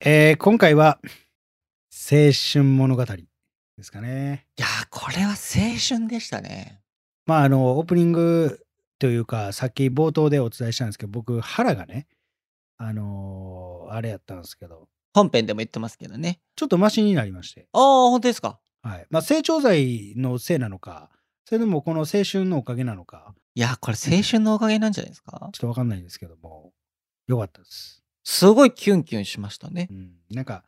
えー今回は、青春物語ですかね。いやー、これは青春でしたね。まあ、あの、オープニングというか、さっき冒頭でお伝えしたんですけど、僕、腹がね、あのーあれやったんですけど、本編でも言ってますけどね。ちょっとマシになりまして、ああ、本当ですか。はい。まあ、成長剤のせいなのか、それでもこの青春のおかげなのか、いやー、これ青春のおかげなんじゃないですか。ちょっとわかんないですけども、よかったです。すごいキュンキュンしましたねう。ん、なんか、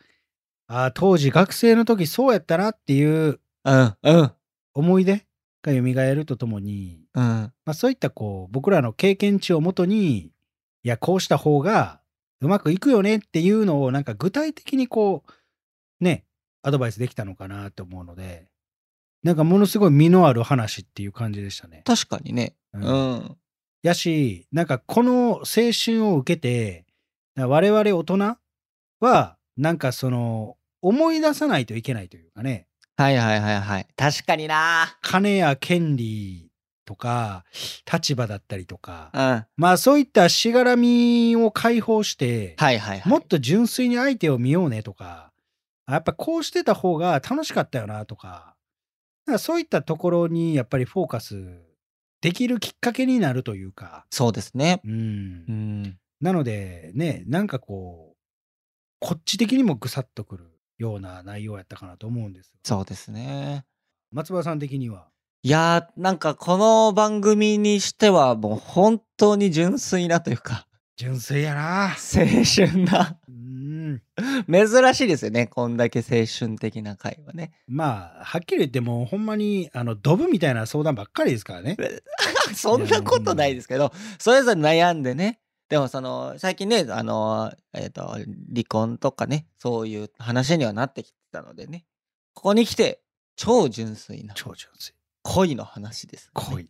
ああ、当時学生の時そうやったなっていううん、うん、思い出が蘇るとともに、うん。まあ、そういったこう僕らの経験値をもとにいやこうした方がうまくいくよねっていうのをなんか具体的にこうねアドバイスできたのかなと思うのでなんかものすごい実のある話っていう感じでしたね。確かにね。ううんん。やしなんかこの青春を受けて我々大人はなんかその思い出さないといけないというかねはいはいはいはい。確かにな金や権利とか立場だったりとかうん。はいまあそういったしがらみを解放して、はいはい。もっと純粋に相手を見ようねとか、あやっぱこうしてた方が楽しかったよなとか、なんかそういったところにやっぱりフォーカスできるきっかけになるというか、そうですね。うん。うん。なのでね、なんかこう、こっち的にもぐさっとくるような内容やったかなと思うんです。そうですね。松葉さん的には。いやー、なんかこの番組にしてはもう本当に純粋なというか、純粋やな青春な、うん。珍しいですよね。こんだけ青春的な会はね。まあ、はっきり言ってもうほんまに、あの、ドブみたいな相談ばっかりですからね。 そんなことないですけど、それぞれ悩んでね。でもその最近ね、あの、えっ、と、離婚とかね、そういう話にはなってきてたのでね、ここに来て、超純粋な超純粋。恋の話です、濃い。い。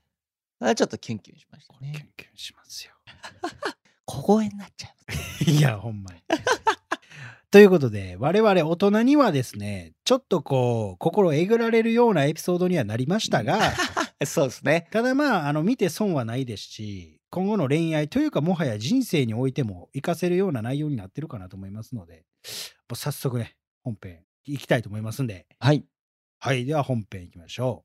それはちょっとキュンキュンしましたキュンね。キュンしますよ。小声になっちゃいま す。いや、ほんまに。 ということで、我々大人にはですね、ちょっとこう、心えぐられるようなエピソードにはなりました が、 そうですね。ただまあ、あの、見て損はないですし、今後の恋愛というか、もはや人生においても活かせるような内容になってるかなと思いますので、もう早速ね、本編いきたいと思いますんで、はい。はい、では本編いきましょ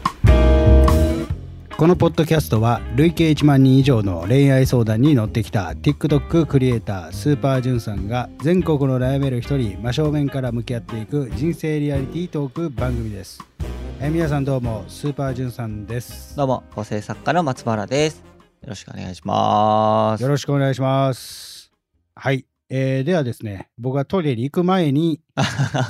う。このポッドキャストは累計1万人以上の恋愛相談に乗ってきた TikTok クリエイタースーパージュンさんが全国の悩める人に真正面から向き合っていく人生リアリティートーク番組です。えー皆さんどうもスーパージュンさんです。どうも、構成作家の松原です。よろしくお願いします。よろしくお願いします。はい、えー、ではですね僕がトイレに行く前に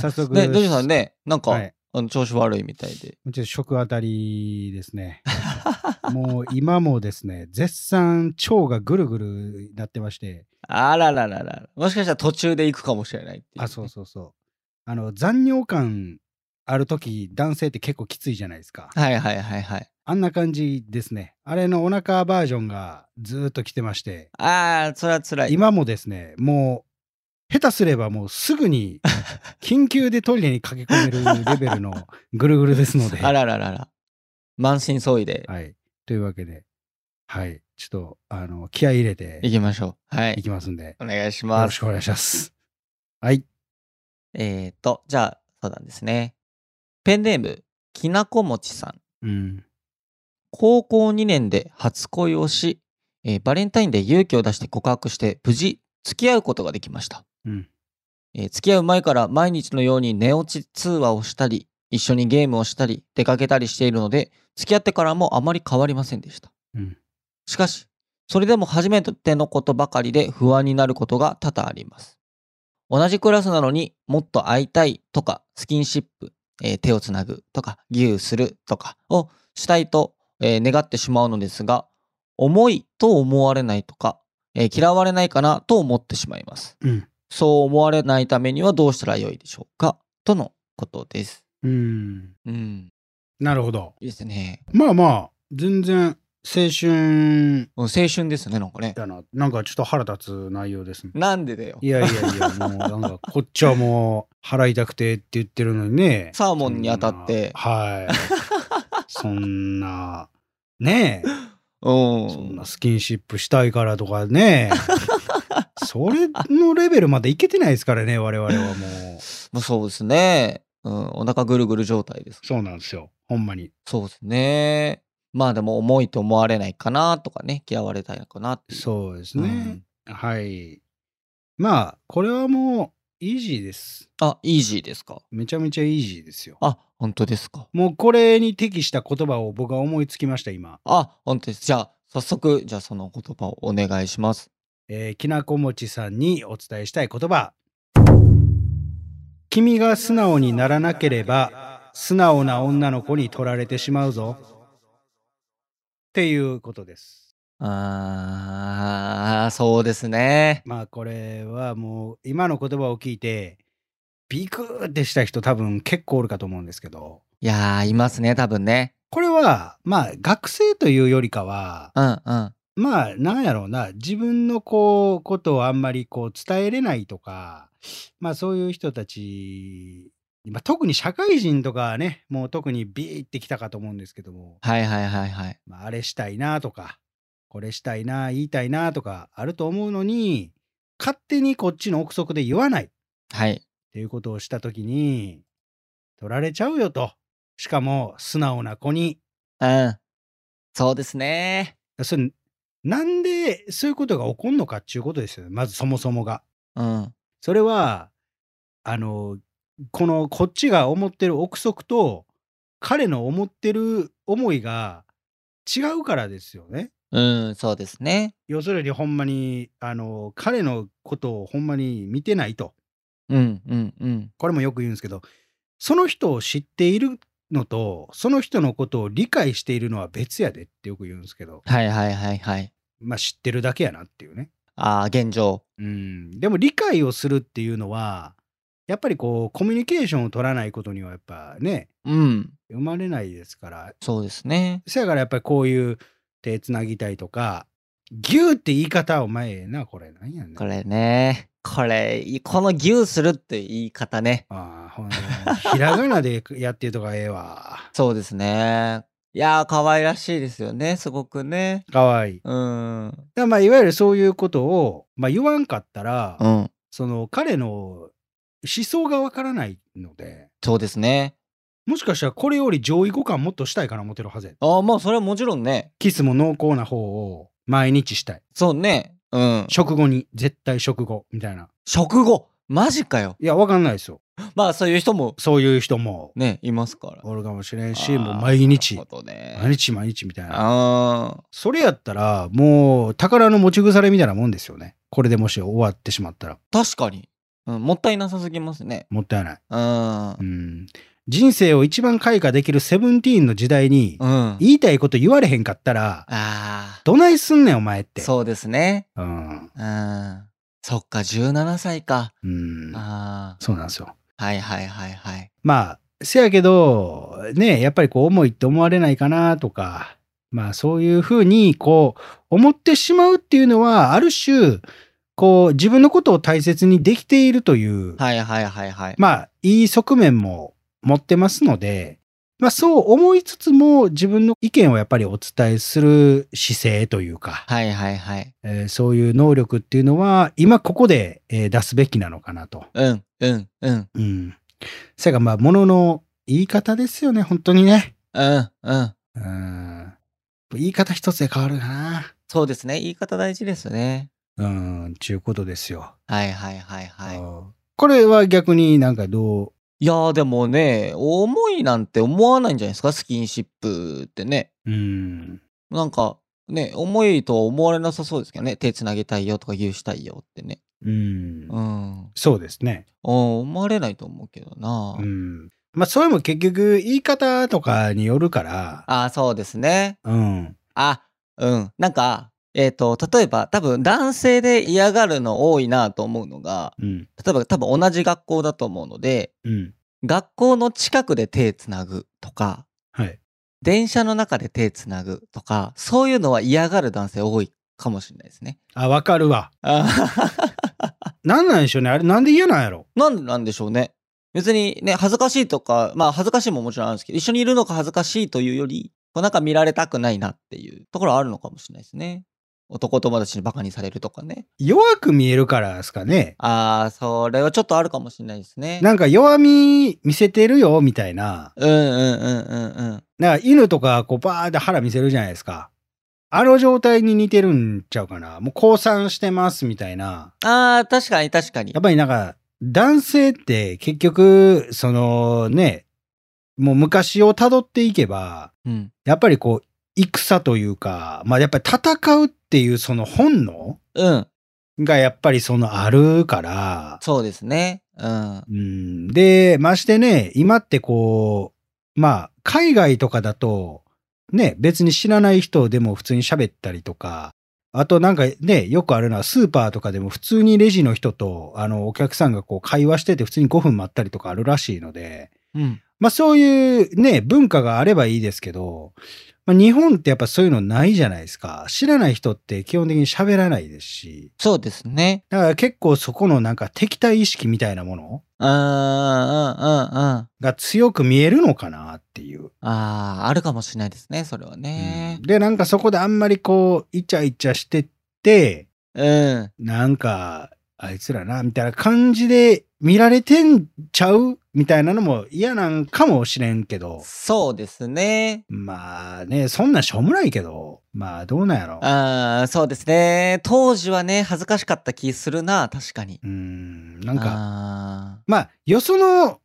早速 ね、ドジさんね、なんか、はいあの調子悪いみたいで。ちょっと食あたりですね。 もう今もですね、絶賛腸がぐるぐるなってまして、あららららら。もしかしたら途中で行くかもしれないっていうねあ、そうそうそう。あの、残尿感ある時男性って結構きついじゃないです か。はいはいはいはい。あんな感じですね。あれのお腹バージョンがずーっと来てまして、ああ、それは辛い。今もですね、もう、下手すればもうすぐに緊急でトイレに駆け込めるレベルのぐるぐるですの で。あらららら。満身創痍ではい。というわけで、はい。ちょっと、あの、気合い入れて行きましょう。はいい。きますんで、お願いしよまろしす。くお願いします。はい。えっ、ー、と、じゃあ、そうなんですね。ペンネーム、きなこもちさん。うん。高校2年で初恋をし、えーバレンタインで勇気を出して告白して無事付き合うことができました、うんえー付き合う前から毎日のように寝落ち通話をしたり一緒にゲームをしたり出かけたりしているので付き合ってからもあまり変わりませんでした、うんしかしそれでも初めてのことばかりで不安になることが多々あります同じクラスなのにもっと会いたいとかスキンシップ、えー手をつなぐとかギューするとかをしたいとえー願ってしまうのですが、重いと思われないとか、えー嫌われないかなと思ってしまいます。うん。そう思われないためにはどうしたらよいでしょうかとのことです。うん。うん。なるほど。いいですね。まあまあ、全然、青春うん青春ですね、なんかね。だな。なんかちょっと腹立つ内容ですね。なんでだよい。やいやいや、もうなんか、こっちはもう、払いたくてって言ってるのにね。 サーモンに当たってそんなはい。ねえ。うそんん。なスキンシップしたいからとか ね。それのレベルまでいけてないですからね、我々はもう。まあ、そうですね。うん。お腹ぐるぐる状態です。そうなんですよ。ほんまに。そうですね。まあでも重いと思われないかなとかね、嫌われたいのかなっていう。そうですね。はい。まあ、これはもう、イージーです。あ、イージーですか。めちゃめちゃイージーですよ。あ、本当ですか。もうこれに適した言葉を僕は思いつきました、今。あ、本当です。じゃあ、早速、じゃあその言葉をお願いします。えーきなこもちさんにお伝えしたい言葉。君が素直にならなければ、素直な女の子に取られてしまうぞ。っていうことです。あー、そうですね。まあこれはもう今の言葉を聞いて、ビクーってした人多分結構おるかと思うんですけど、いやー、いますね、多分ね。これはまあ学生というよりかは、うんうん。まあ、なんやろうな、自分のこう、ことをあんまりこう、伝えれないとか、まあそういう人たち、まあ特に社会人とかはね、もう特にビーってきたかと思うんですけども、はいはいはいはい。まああれしたいなとか、これしたいな、言いたいなとかあると思うのに、勝手にこっちの憶測で言わないっはい。ていうことをしたときに、取られちゃうよと。しかも、素直な子に。うん。そうですね。それ、なんでそういうことが起こるのかっていうことですよね。まずそもそもが。うん。それはあのこのこっちが思ってる憶測と彼の思ってる思いが違うからですよね。うん、そうですね。要するにほんまにあの彼のことをほんまに見てないとうんうんうん。これもよく言うんですけどその人を知っているのとその人のことを理解しているのは別やでってよく言うんですけどはいはいはいはい。まあ知ってるだけやなっていうね。あー、現状。うん、でも理解をするっていうのはやっぱりこうコミュニケーションを取らないことにはやっぱねうん。生まれないですからそうですね。せやからやっぱりこういう手つなぎたいとかギューって言い方お前ええなこれなんやねんこれね。これ、いこのギューするって言い方ね。ああほんとひらがなでやってるとかええわそうですね。いやー、可愛らしいですよね。すごくね。かわいいだかうん。うん。らまあいわゆるそういうことを、まあ、言わんかったら、そその彼の思想がわからないのでうですね。もしかしたらこれより上位互換もっとしたいから思ってるはずやああ、まあ、それはもちろんね。キスも濃厚な方を毎日したいそうね。うん。食後に絶対食後みたいな食後。マジかよ。いやわかんないですよまあ、そういう人もそういう人もね、いますから。おるかもしれんあし、ーもう毎日なる、ほどね。毎日毎日みたいな。ああ。それやったら、もう宝の持ち腐れみたいなもんですよね。これでもし終わってしまったら、確かに、うん。もったいなさすぎますね。もったいない。うん。うん。人生を一番開花できるセブンティーンの時代に、うん。言いたいこと言われへんかったら、ああ。どないすんねんお前って。そうですね。うん。うん。そっか、17歳か。うん。あそうなんですよ。あ。はいはいはいはい。まあ、せやけど、ね、やっぱりこう、重いって思われないかなとか、まあ、そういうふうに、こう、思ってしまうっていうのは、ある種、こう、自分のことを大切にできているという、はいはいはいはい。まあ、いい側面も持ってますので、まあ、そう思いつつも、自分の意見をやっぱりお伝えする姿勢というか、はいはいはい。えーそういう能力っていうのは、今ここで、えー出すべきなのかなと。うんうんうんうん。せやがまあ、ものの言い方ですよね、本当にね。うんうん。うん。言い方一つで変わるかな。そうですね。言い方大事ですね。うん、ちゅうことですよ。はいはいはいはい。い。これは逆になんかどいやーでもね、重いなんて思わないんじゃないですか、スキンシップってね。う、うん、なんか、ね、重いとは思われなさそうですけどね。手つなげたいよとか言うしたいよってね。うん、うん。うんそうですね。思われないと思うけどな。うん。まあ、それも結局言い方とかによるから、ああ、そうですね。うん。あ、うん。なんか、えっ、と、例えば、多分男性で嫌がるの多いなと思うのが、うん。例えば多分同じ学校だと思うので、うん。学校の近くで手つなぐとか、はい。電車の中で手つなぐとか、そういうのは嫌がる男性多いかもしれないですね。あ、わかるわ。あ ーなんなんでしょうね。あれ、なんで嫌なんやろ。なんでなんでしょうね。別にね、恥ずかしいとか、まあ恥ずかしいももちろんあるんですけど、一緒にいるのが恥ずかしいというより、こうなんか見られたくないなっていうところはあるのかもしれないですね。男友達にバカにされるとかね。弱く見えるからですかね。ああ、それはちょっとあるかもしれないですね。なんか弱み見せてるよみたいな。うんうんうんうんうん。なんか犬とかこうバーって腹見せるじゃないですか。あの状態に似てるんちゃうかな。もう降参してますみたいな。ああ、確かに確かにやっ。ぱりなんか男性って結局、そのね、もう昔を辿っていけば、うん。やっぱりこう、戦というか、まあやっぱり戦うっていうその本能うん。がやっぱりそのあるから、そうですね。うん。うん、で、ましてね、今ってこう、まあ海外とかだと、ね、別に知らない人でも普通に喋ったりとか、あとなんかね、よくあるのはスーパーとかでも普通にレジの人と、あの、お客さんがこう会話してて普通に5分待ったりとかあるらしいので、うん。まあそういうね、文化があればいいですけど、まあ、日本ってやっぱそういうのないじゃないですか。知らない人って基本的に喋らないですし、そうですね。だから結構そこのなんか敵対意識みたいなものうんうんうんうんうん。が強く見えるのかなっていう。ああ、あるかもしれないですね、それはねうん。で、なんかそこであんまりこう、イチャイチャしてって、うん。なんか、あいつらな、みたいな感じで見られてんちゃうみたいなのも嫌なんかもしれんけど、そうですね。まあね、そんなんしょうもないけど、まあどうなんやろ。ああ、そうですね。当時はね、恥ずかしかった気するな、確かに。うーん、なんか、あまあ、よその、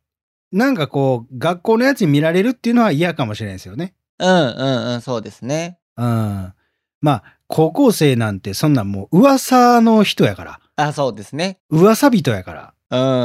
なんかこう、学校のやつに見られるっていうのは嫌かもしれないですよね。あーうんうんうん、そうですね。うん。まあ、高校生なんてそんなんもう噂の人やから、あそうですね。噂人やから。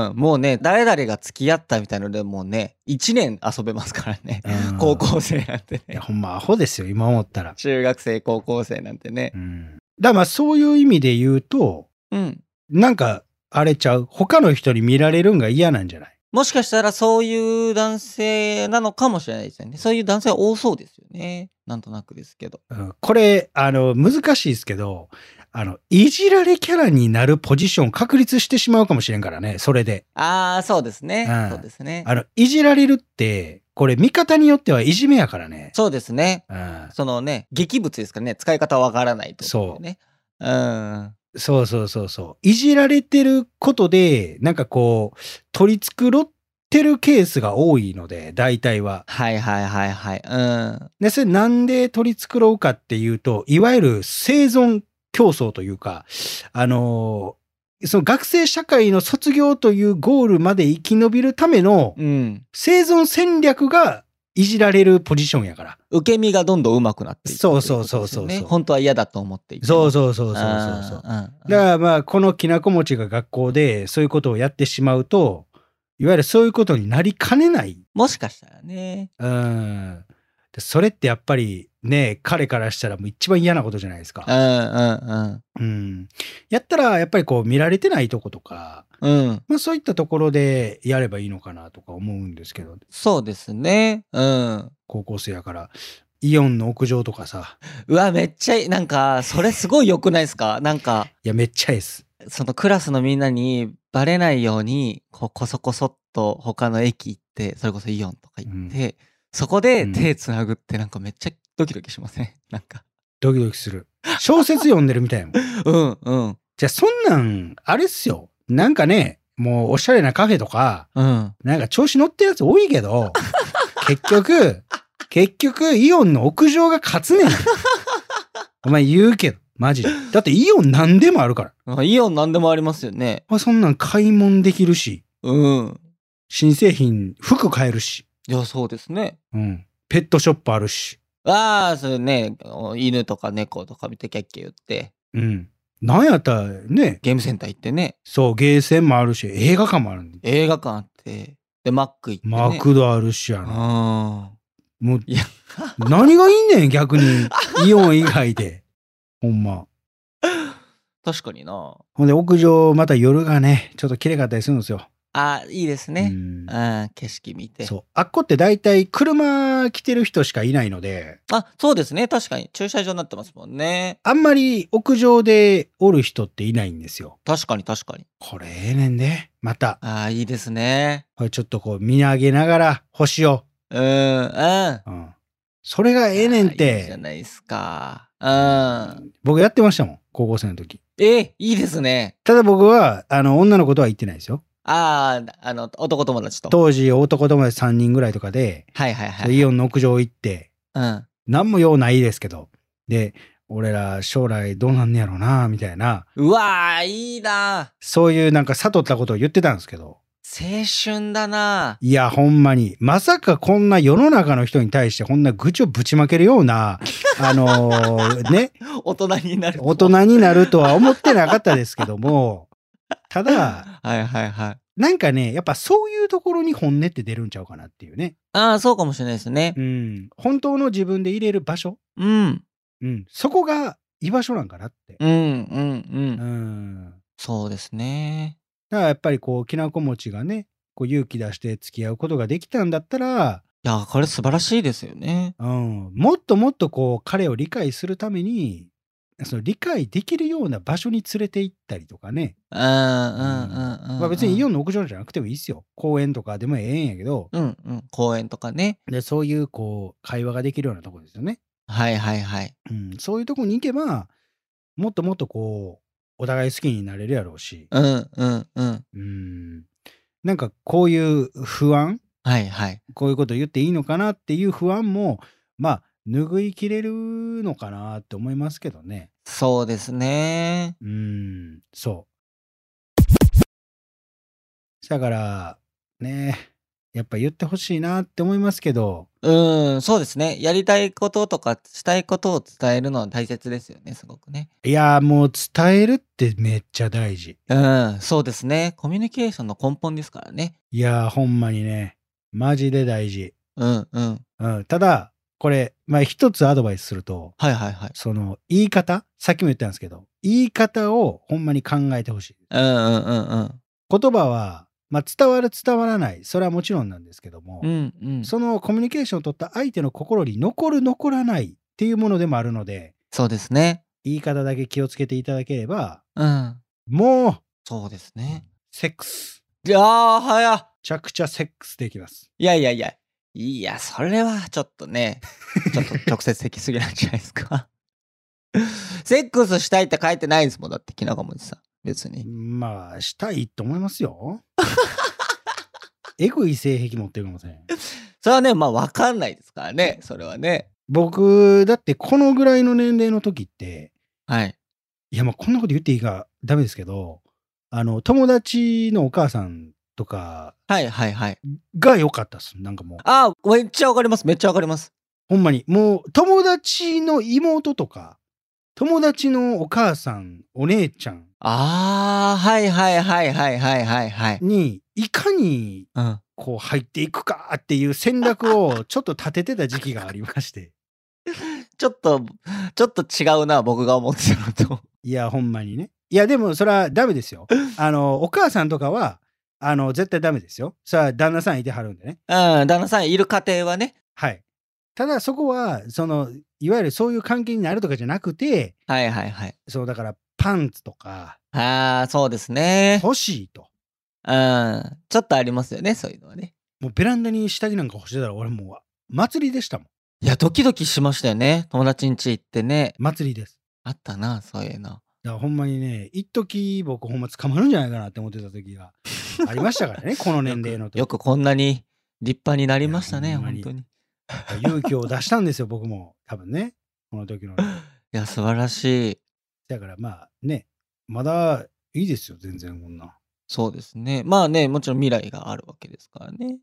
うん、もうね、誰々が付き合ったみたいので、もうね、1年遊べますからね。うん高。校生なんていや、ね。ほんまアホですよ、今思ったら。中学生、高校生なんてねう。ん。だからまあ、そういう意味で言うと、うん。なんか、あれちゃう。他の人に見られるんが嫌なんじゃないもしかしたらそういう男性なのかもしれないですよね。そういう男性は多そうですよね。なんとなくですけど。うんこれ、あの、難しいですけど、あの、いじられキャラになるポジション確立してしまうかもしれんからね、それで。ああ、そうですね。うんそうですね。あの、いじられるって、これ見方によってはいじめやからね。そうですね。うんそのね、劇物ですからね、使い方わからないと、ね。そう。うん。そうそうそうそう。いじられてることで、なんかこう、取り繕ってるケースが多いので、大体は。はいはいはいはい。うん。で、それなんで取り繕うかっていうと、いわゆる生存競争というか、あのーその学生社会の卒業というゴールまで生き延びるためのうん。生存戦略がいじられるポジションやから。受け身がどんどん上手くなっていくっていことですよね。そうそうそうそうそう本当は嫌だと思っていて。そううそうそうそうそうそう。んうんだからまあこのきなこ餅が学校でそういうことをやってしまうといわゆるそういうことになりかねない。もしかしたらね。うん、でそれってやっぱりね彼からしたらもう一番嫌なことじゃないですうんか。うんうん、やったらやっぱりこう見られてないとことか、うん。うん。まあ、そういったところでやればいいのかなとか思うんですけどそうですね。うん。高校生やからイオンの屋上とかさうわ、めっちゃいい。なんか、それすごい良くないですか なんか、いやめっちゃええっす。そのクラスのみんなにバレないように、こう、こそこそっと他の駅行って、それこそイオンとか行って、そこで手つなぐってなんかめっちゃドキドキしません なんか。ドキドキする。小説読んでるみたいやもん。うんうんじゃあそんなんあれっすよ。なんかねもうおしゃれなカフェとかうん。なんか調子乗ってるやつ多いけ ど、結局、結局、イオンの屋上が勝つねん。お前言うけど、マジで。だってイオン何でもあるから。あイオン何でもありますよね。まあそんなん買い物できるし、うん。新製品、服買えるし、いや、そうですね。うん。ペットショップあるし、ああ、それね、お犬とか猫とか見てキャッキャ言って、うん。なんやったらね、ゲームセンター行ってね、そう、ゲーセンもあるし、映画館もあるんで。映画館あって、で、マック行って、ね。マクドあるしやうな。ん。もういや、何がいいねん、逆に。イオン以外で。ほんま。確かにな。ほんで、屋上、また夜がね、ちょっと綺麗かったりするんですよ。ああ、いいですね。うんうん、景色見て。そう。あっこって大体車来てる人しかいないので、あ、そうですね。確かに。駐車場になってますもんね。あんまり屋上でおる人っていないんですよ。確かに確かに。これええねんで、また。ああ、いいですね。これちょっとこう見上げながら星を。うん、うん。うん。それがええねんっいいじゃて、ないですか。うん。僕やってましたもん、高校生の時。え、いいですね。ただ僕は、あの、女の子とは行ってないですよ。ああ、あの、男友達と。当時、男友達3人ぐらいとかで、はいはいはい。イオンの屋上行って、うん。なんも用ないですけど、で、俺ら将来どうなんねやろな、みたいな、うわー、いいなそういうなんか悟ったことを言ってたんですけど、青春だないや、ほんまに、まさかこんな世の中の人に対してこんな愚痴をぶちまけるような、あの ーね、大人になると。大人になるとは思ってなかったですけども、ただ、 はいはいはい。なんかね、やっぱそういうところに本音って出るんちゃうかなっていうね。ああ、そうかもしれないですねう。ん。本当の自分で入れる場所。うん。うん。そこが居場所なんかなって。うん、うん、う。うんん。そうですね。だからやっぱりこう、きなこ餅がね、こう勇気出して付き合うことができたんだったら、いや、これ素晴らしいですよね。うん、もっともっとこう彼を理解するためにその理解できるような場所に連れて行ったりとかね、うん、うん、うん、うん。まあ、別にイオン。ンの屋上じゃなくてもいいですよ公園とかでもええんやけどうん、うん。公園とかね。でそういうこう会話ができるようなとこですよね、はいはいはい。うん、そういうとこに行けばもっともっとこうお互い好きになれるやろうし、うん、うん、うん。うん、なんかこういう不安はいはい。こういうこと言っていいのかなっていう不安もまあ拭いきれるのかなって思いますけどね。そうですね。うーん、そう。だから、ね、やっぱ言ってほしいなって思いますけど、うん、そうですね。やりたいこととか、したいことを伝えるのは大切ですよね、すごくね。いやー、もう伝えるってめっちゃ大事。うん、そうですね。コミュニケーションの根本ですからね。いやー、ほんまにね、マジで大事。うん、うん。うん、ただ、これ、まあ、一つアドバイスすると、はいはいはい。その、言い方、さっきも言ったんですけど、言い方をほんまに考えてほしい。うん、うん、うん、うん。言葉は、まあ、伝わる、伝わらない、それはもちろんなんですけども、うん、うん。そのコミュニケーションを取った相手の心に残る残らないっていうものでもあるのでそうですね。言い方だけ気をつけていただければうん。もうそうですね。セックスいやー、早っ。めちゃくちゃセックスできますいやいやいや。いや、それはちょっとね、ちょっと直接的すぎなんじゃないですか。 セックスしたいって書いてないですもん、だって、きなこもちさん。別に。まあしたいと思います よエグい性癖持ってるかもしれんそれはね、まあ、わかんないですからね、それはね。僕だってこのぐらいの年齢の時ってはい。いやまあこんなこと言っていいかダメですけどあの友達のお母さんとかはいはいはい。が良かったっすなんかもうあー、めっちゃわかります、めっちゃわかります。ほんまに、もう友達の妹とか、友達のお母さん、お姉ちゃんあー、はいはいはいはいはいはいはい。に、いかにうん。こう入っていくかっていう戦略をちょっと立ててた時期がありまして。ちょっと、ちょっと違うな、僕が思ってたのと。 いや、ほんまにね。いや、でもそれはダメですよ。あの、お母さんとかは、あの、絶対ダメですよ。さあ、旦那さんいてはるんでね。うん、旦那さんいる家庭はね。はい。ただ、そこは、その、いわゆるそういう関係になるとかじゃなくて、はいはいはい。そう、だから、パンツとか、あー、そうですね。欲しいと。うん、ちょっとありますよね、そういうのはね。もうベランダに下着なんか干してたら俺もう祭りでしたもん。いや、ドキドキしましたよね。友達ん家行ってね。祭りです。あったな、そういうの。だからほんまにね、一時僕ほんま捕まるんじゃないかなって思ってた時がありました からね、この年齢の時。よくこんなに立派になりましたいね、やほんま本に当に。い勇気を出したんですよ、僕も。多分ね、この時の。や、素晴らしい。だからまあね、まだいいですよ、全然こんな。そうですね。まあね、もちろん未来があるわけですからね。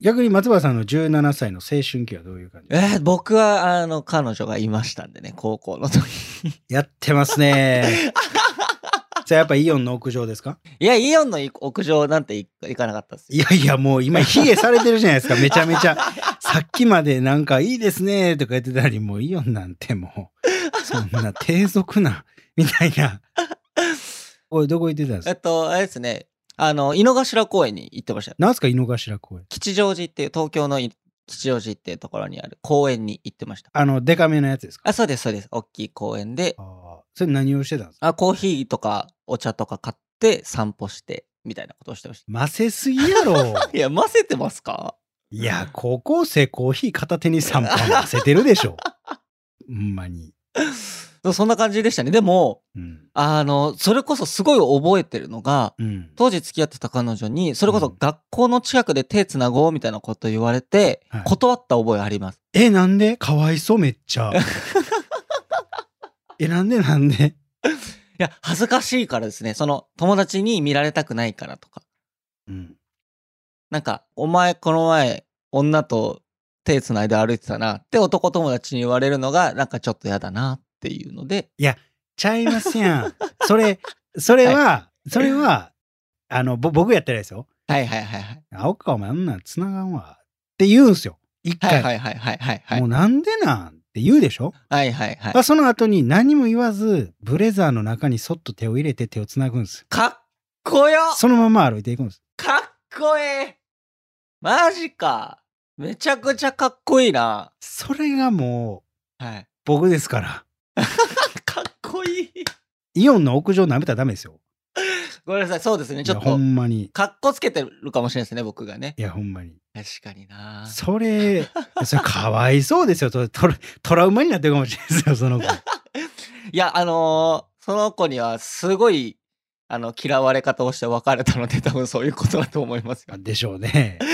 逆に松原さんの17歳の青春期はどういう感じえー僕は、あの、彼女がいましたんでね、高校の時に。やってます ね。じゃあやっぱイオンの屋上ですかいや、イオンの屋上なんて行行かなかったっすいよ。やいや、もう今、冷えされてるじゃないですか、めちゃめちゃ。さっきまでなんかいいですねとか言ってたり、もうイオンなんてもう、そんな低俗な、みたいな。おい、どこ行ってたんですえっかと、あれですね、あの、井の頭公園に行ってましたよ。なんすか、井の頭公園。吉祥寺っていう、東京のい吉祥寺っていうところにある公園に行ってました。あの、デカめのやつですかあ、そうです、そうです。大きい公園であ、ーそれ何をしてたんですかあ、コーヒーとかお茶とか買って散歩して、みたいなことをしてました。ませすぎやろ。いや、混ぜてますかいや、高校生コーヒー片手に3杯痩せてるでしょ。ほんまに。そうそんな感じでしたね。でも、うん。あの、それこそすごい覚えてるのが、うん。当時付き合ってた彼女に、それこうそん学校の近くで手つなごうみたいなこと言われてはい、断った覚えあります。え、なんでかわいそう、めっちゃ。え、なんでなんでいや、恥ずかしいからですね。その、友達に見られたくないからとか。うん。なんか、お前この前、女と手つないで歩いてたなって男友達に言われるのが、なんかちょっと嫌だなっていうので、ちゃいますやん。 それ、それは、それは、あの、ぼ僕やってないですよ。はいはいはいはい。青川お前あんなん繋がんわ。って言うんすよ。一は回。いはいはいはいはいはいもう。なんでなんって言うでしょ、はいはいはいまあ。その後に何も言わず、ブレザーの中にそっと手を入れて手を繋ぐんです。かっこよそのまま歩いていくんです。かっこええマジかめちゃくちゃかっこいいな。それがもう、 はい。僕ですから。かっこいいイオンの屋上舐めたらダメですよ。ごめんなさい、そうですね。ちょっいやほと、んまに。かっこつけてるかもしれないですね、僕がねい。や、ほんまに。確かになそれ、それかわいそうですよ。トラトラトラウマになってるかもしれないですよ、その子。いや、あのーその子にはすごい、あの、嫌われ方をして別れたので、多分そういうことだと思いますよ。でしょうね。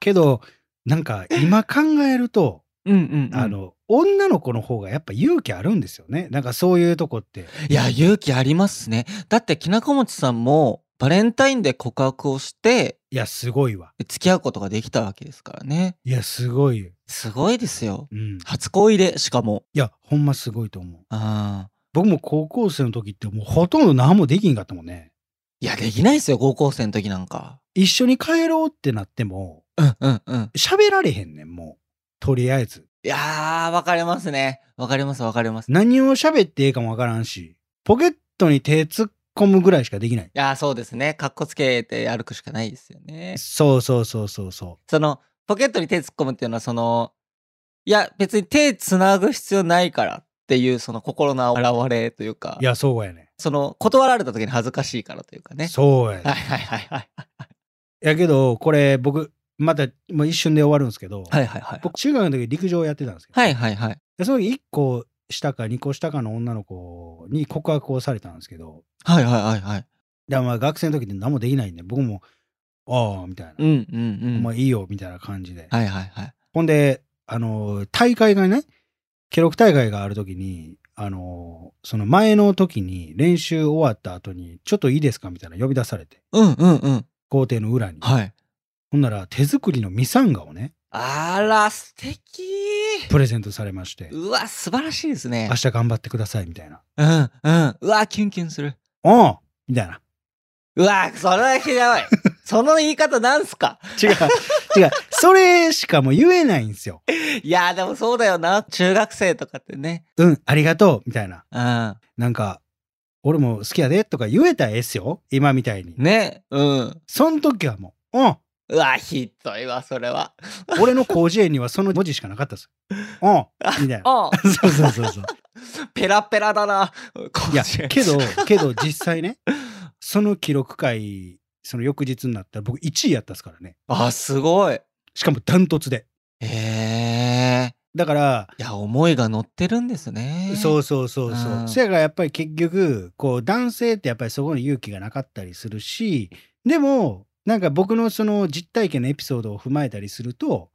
けど、なんか今考えると、うんうん、あ、の、女の子の方がやっぱ勇気あるんですよね。なんかそういうとこって。いや、勇気ありますね。だって、きなこもちさんも、バレンタインで告白をして、いや、すごいわ。付き合うことができたわけですからね。いや、すごい。すごいですよ。うん。い初恋で、しかも。や、ほんますごいと思う。ああ。僕も高校生の時ってもうほとんど何もできんかったもんね。いや、できないですよ、高校生の時なんか。一緒に帰ろうってなっても、うんうんうん。喋られへんねん、もう。とりあえず。いやー、わかりますね。わかります、わかります。い何を喋っていいかもわからんし、ポケットに手突っ込むぐらいしかできない。やー、そうですね。かっこつけて歩くしかないですよね。そうそうそうそうそそのポケットに手突っ込むっていうのはそのいや別に手つなぐ必要ないからっていうその心の表れというかう。いや、そうやね。その断られた時に恥ずかしいからというかねそうやねはい。はいはいはいやけど、これ僕、また、もう一瞬で終わるんですけど、はいはいはい僕、中学の時陸上やってたんですけど、はいはいはいでその時1個下か2個下かの女の子に告白をされたんですけど、はいはいはいはいでまあ学生の時って何もできないんで、僕も、ああ、みたいな。うんうんうんもはういいいよ、みたいな感じで。はいはいほんで、あの、大会がね、記録大会がある時に、あの、その前の時に練習終わった後に、ちょっといいですかみたいな呼び出されて、うんうんうん校庭の裏に。はいほんなら、手作りのミサンガをね、あら素敵プレゼントされまして、うわ素晴らしいですね明日頑張ってください、みたいな。うんうんうわキュンキュンするおうみたい な。うわそれはひどいその言い方なんすか違う、違う。それしかもう言えないんですよ。いやでもそうだよな中学生とかってねうん、ありがとう、みたいな。うんなんか、俺も好きやで、とか言えたらええっすよ。今みたいに。ねうん。そん時はもう、うん、うわ、ひどいわ、それは。俺の広辞苑にはその文字しかなか ったです。うん、みたい な。おそうそうそうそう。 ペラペラだな。 いや、けど。ど、けど実際ね、その記録会、その翌日になったら僕1位やったっすからね。あ、すごい。へしかもダントツで。え。だから、いや、思いが乗ってるんですね。。そううそうそうそうう。んせやからやっぱり結局、こう男性ってやっぱりそこに勇気がなかったりするし、でも、なんか僕のその実体験のエピソードを踏まえたりすると、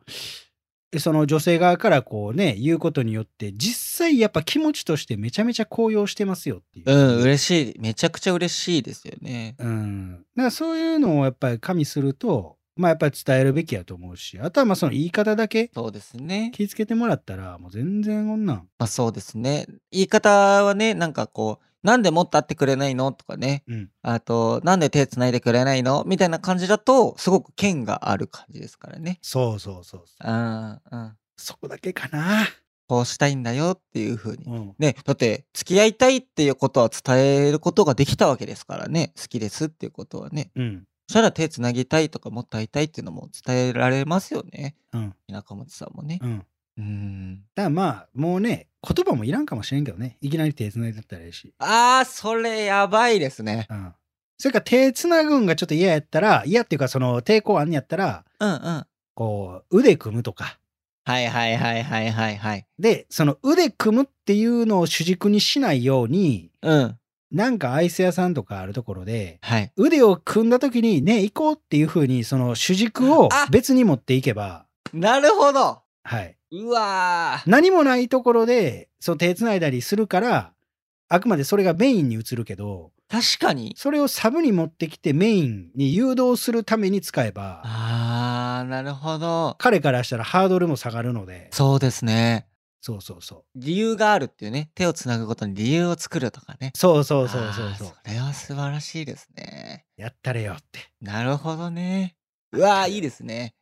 その女性側からこうね、言うことによって、実際やっぱ気持ちとしてめちゃめちゃ高揚してますよっていう。うん、嬉しい。めちゃくちゃ嬉しいですよね。うん。だからそういうのをやっぱり加味すると、まあやっぱり伝えるべきやと思うし、あとはまあその言い方だけそうですね。気ぃつけてもらったら、もう全然こんなん。まあそうですね。言い方はね、なんかこう、なんでもっと会ってくれないのとかね。うんあと、なんで手つないでくれないのみたいな感じだと、すごく剣がある感じですからね。そうそうそうそう。うん、うん。そこだけかな。こうしたいんだよっていう風にうん。ね、だって付き合いたいっていうことは伝えることができたわけですからね好きですっていうことはねうん。そしたら手つなぎたいとかもっと会いたいっていうのも伝えられますよねうん。中本さんもねうん。だかうんらまあ、もうね、言葉もいらんかもしれんけどね。いきなり手繋いだったらええし。あーそれやばいですねうん。それから手繋ぐんがちょっと嫌やったら、嫌っていうかその抵抗あんねやったら、うんうんこう、腕組むとか。はいはいはいはいはいはい。で、その腕組むっていうのを主軸にしないように、うん。なんかアイス屋さんとかあるところで、はい。腕を組んだ時にね、行こうっていう風に、その主軸をあ別に持っていけば、なるほどはい。うわー。何もないところで、そう手繋いだりするから、あくまでそれがメインに移るけど、確かに。それをサブに持ってきてメインに誘導するために使えば、あー、なるほど。彼からしたらハードルも下がるので、そうですね。そうそうそう。理由があるっていうね。手をつなぐことに理由を作るとかね。そうそうそうそうそうあー。それは素晴らしいですね。やったれよってなるほどね。うわー、いいですね。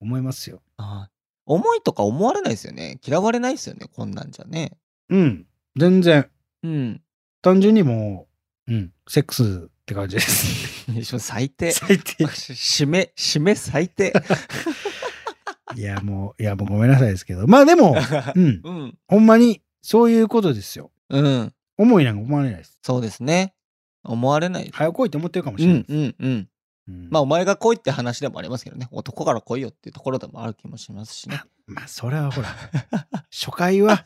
思いますよ。あー思いとか思われないですよね。嫌われないですよね。こんなんじゃね。うん。全然。うん。単純にもう、うん、セックスって感じです。最 低。最低。締め、締め最低。 いや、もう、いや、もうごめんなさいですけど。まあで も、うん、 うん。ほんまに、そういうことですよ。うん。思いなんか思われないです。そうですね。思われない。早来いって思ってるかもしうれないんです。うんうん。うんまあ、お前が来いって話でもありますけどね。男から来いよっていうところでもある気もしますしね。まあ、それはほら、初回 は、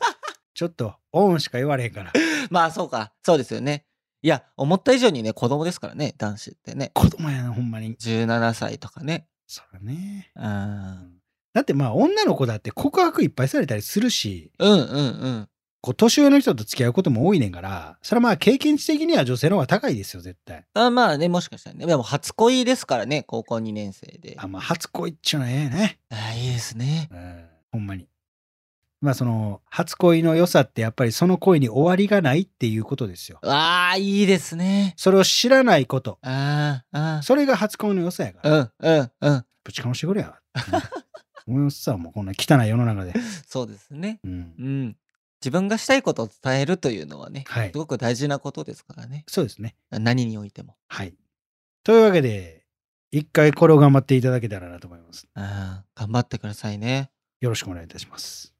ちょっと、オンしか言われへんから。 まあ、そうか。そうですよね。いや、思った以上にね、子供ですからね、男子ってね。子供やな、ほんまに。 17歳とかね。そらね。うん。だってまあ、女の子だって告白いっぱいされたりするし、うんうんうん。こう年上の人と付き合うことも多いねんから、それはまあ経験値的には女性の方が高いですよ、絶対。あまあね、もしかしたらね。でも初恋ですからね、高校2年生で。あ、まあ初恋っちゅうのはええね。あいいですね。うん、ほんまに。まあその、初恋の良さってやっぱりその恋に終わりがないっていうことですよ。わあ、いいですね。それを知らないこと。あーあそれが初恋の良さやかー、ら。うんうんうん。ぶちかましてくれや。うん、思いますさ、もうこんな汚い世の中で。そうですね。うんう、ん。自分がしたいことを伝えるというのはね、はいす。ごく大事なことですからね。そうですね。何においても。はい。というわけで、一回これを頑張っていただけたらなと思います。あー頑張ってくださいね。よろしくお願いいたします。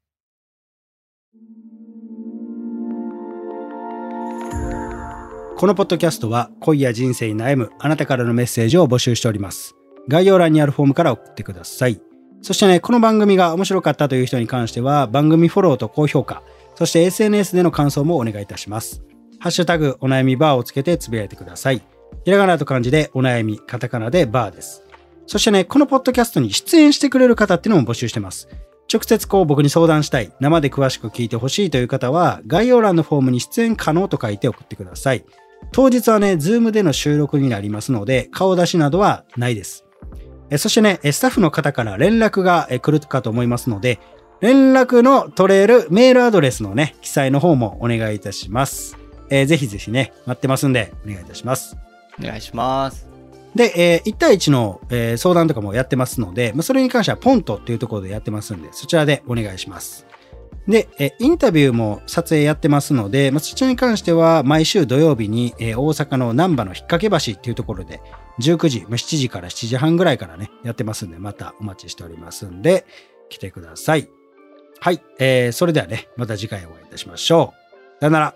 このポッドキャストは恋や人生に悩むあなたからのメッセージを募集しております。概要欄にあるフォームから送ってください。そしてね、この番組が面白かったという人に関しては番組フォローと高評価、そして SNS での感想もお願いいたします。ハッシュタグお悩みバーをつけてつぶやいてください。ひらがなと漢字でお悩み、カタカナでバーです。そしてね、このポッドキャストに出演してくれる方っていうのも募集してます。直接こう僕に相談したい、生で詳しく聞いてほしいという方は、概要欄のフォームに出演可能と書いて送ってください。当日はね、ズームでの収録になりますので、顔出しなどはないです。えそしてね、えスタッフの方から連絡がえ来るかと思いますので、連絡の取れるメールアドレスのね、記載の方もお願いいたします。えーぜひぜひね、待ってますんで、お願いいたします。お願いします。で、え1対1の、えー相談とかもやってますので、まあ、それに関してはポントっていうところでやってますんで、そちらでお願いします。で、えーインタビューも撮影やってますので、まあ、そちらに関しては毎週土曜日に、えー大阪の難波の引っ掛け橋っていうところで、19時、まあ、7時から7時半ぐらいからね、やってますんで、またお待ちしておりますんで、来てください。はい、えーそれではね、また次回お会いいたしましょう。さよなら。